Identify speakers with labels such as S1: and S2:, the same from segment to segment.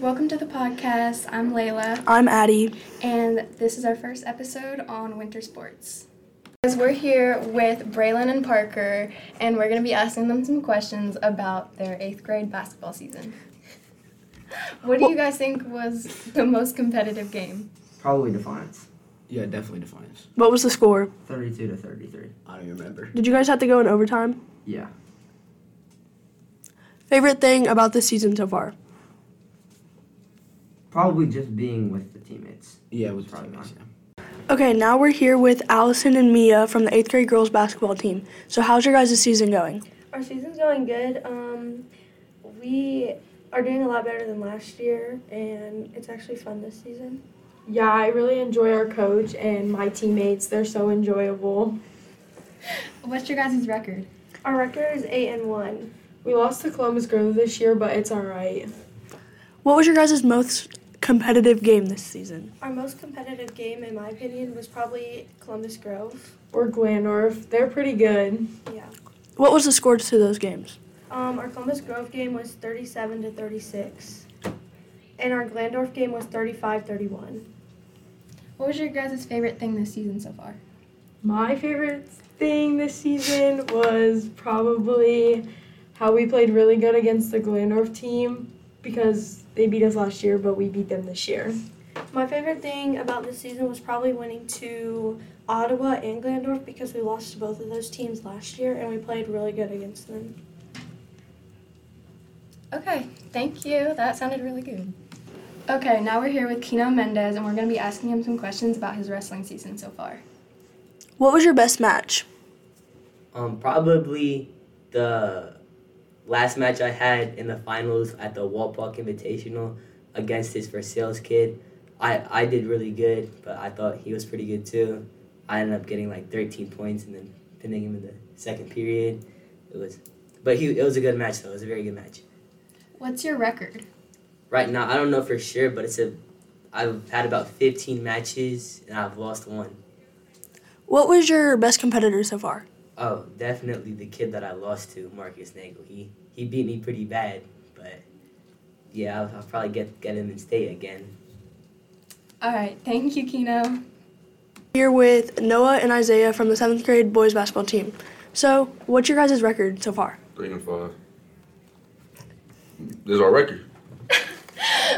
S1: Welcome to the podcast. I'm Layla,
S2: I'm Addie.
S1: and this is our first episode on winter sports. Guys, we're here with Braylon and Parker, and we're going to be asking them some questions about their eighth grade basketball season. What do you guys think was the most competitive game?
S3: Probably Defiance.
S4: Yeah, definitely defines.
S2: What was the score?
S3: 32 to 33.
S4: I don't even remember.
S2: Did you guys have to go in overtime?
S3: Yeah.
S2: Favorite thing about this season so far?
S3: Probably just being with the teammates.
S4: Yeah, it was probably
S3: probably
S4: nice.
S3: mine.
S2: Okay, now we're here with Allison and Mia from the eighth grade girls basketball team. So, how's your guys' season going?
S5: Our season's going good. Um, we are doing a lot better than last year, and it's actually fun this season.
S6: Yeah, I really enjoy our coach and my teammates. They're so enjoyable.
S1: What's your guys' record?
S5: Our record is eight and one.
S6: We lost to Columbus Grove this year, but it's all right.
S2: What was your guys' most competitive game this season?
S5: Our most competitive game, in my opinion, was probably Columbus Grove.
S6: Or Glenorf. They're pretty good.
S5: Yeah.
S2: What was the score to those games?
S5: Um, our Columbus Grove game was 37 to 36, and our Glandorf game was 35-31.
S1: What was your guys' favorite thing this season so far?
S6: My favorite thing this season was probably how we played really good against the Glenorf team because they beat us last year, but we beat them this year.
S5: My favorite thing about this season was probably winning to Ottawa and Glandorf because we lost to both of those teams last year, and we played really good against them.
S1: Okay, thank you. That sounded really good. Okay, now we're here with Kino Mendez, and we're going to be asking him some questions about his wrestling season so far.
S2: What was your best match?
S7: Um, probably the last match I had in the finals at the Walt Park Invitational against his for sales kid. I, I did really good, but I thought he was pretty good too. I ended up getting like 13 points and then pinning him in the second period. It was, but he it was a good match though. It was a very good match.
S1: What's your record?
S7: Right now, I don't know for sure, but it's a I've had about 15 matches and I've lost one.
S2: What was your best competitor so far?
S7: Oh, definitely the kid that I lost to, Marcus Nagel. He he beat me pretty bad, but yeah, I'll, I'll probably get get him in state again.
S1: All right, thank you, Kino.
S2: Here with Noah and Isaiah from the seventh grade boys basketball team. So, what's your guys' record so far?
S8: Three and five. This is our record.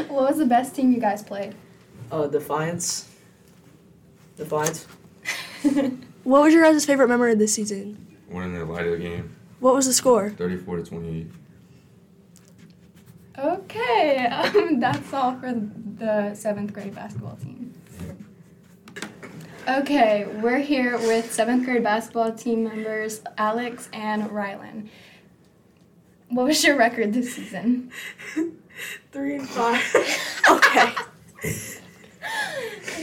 S1: What was the best team you guys played?
S9: Uh, Defiance. Defiance.
S2: What was your guys' favorite memory of this season?
S8: Winning the light of the game,
S2: What was the score?
S8: 34 to 28.
S1: okay, um, that's all for the seventh grade basketball team. Okay, we're here with seventh grade basketball team members Alex and Rylan. What was your record this season?
S6: Three and five.
S2: Okay.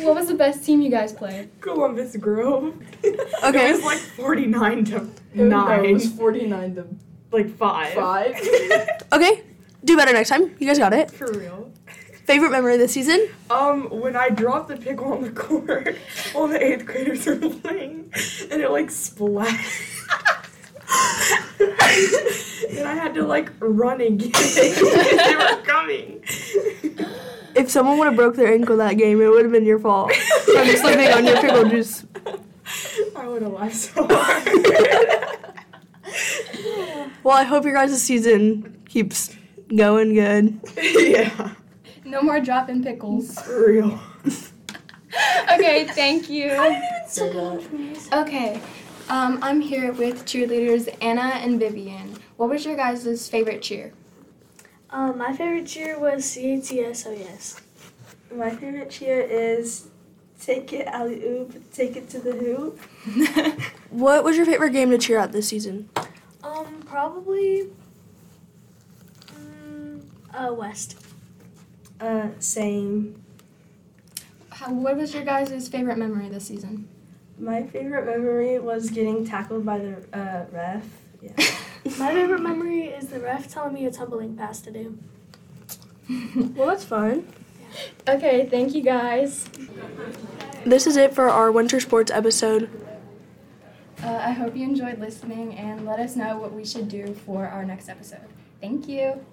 S1: What was the best team you guys played?
S6: Columbus Grove.
S2: Okay.
S6: It was like 49 to 9. It was 49 to like 5. 5.
S2: Okay. Do better next time. You guys got it.
S6: For real.
S2: Favorite memory of the season?
S6: Um, when I dropped the pickle on the court while the eighth graders were playing, and it like splashed. and I had to like run again because they were coming.
S2: If someone would have broke their ankle that game, it would have been your fault. From slipping on your pickle juice.
S6: I would have laughed so hard.
S2: Well, I hope your guys' season keeps going good.
S6: yeah,
S1: No more drop in pickles.
S6: for real.
S1: okay, thank you. Okay, um, I'm here with cheerleaders Anna and Vivian. What was your guys' favorite cheer?
S5: Um, my favorite cheer was CATSOS.
S6: My favorite cheer is
S5: Take it, alley oop, take it to the hoop.
S2: What was your favorite game to cheer at this season?
S5: Um, probably. mm, Uh, West.
S6: uh same.
S1: How, what was your guys' favorite memory this season?
S6: My favorite memory was getting tackled by the uh, ref.
S1: Uh,
S5: My favorite memory is the ref telling me a tumbling pass to do.
S2: Well, that's fun.
S1: Okay, thank you guys.
S2: This is it for our winter sports episode.
S1: Uh, I hope you enjoyed listening and let us know what we should do for our next episode. Thank you.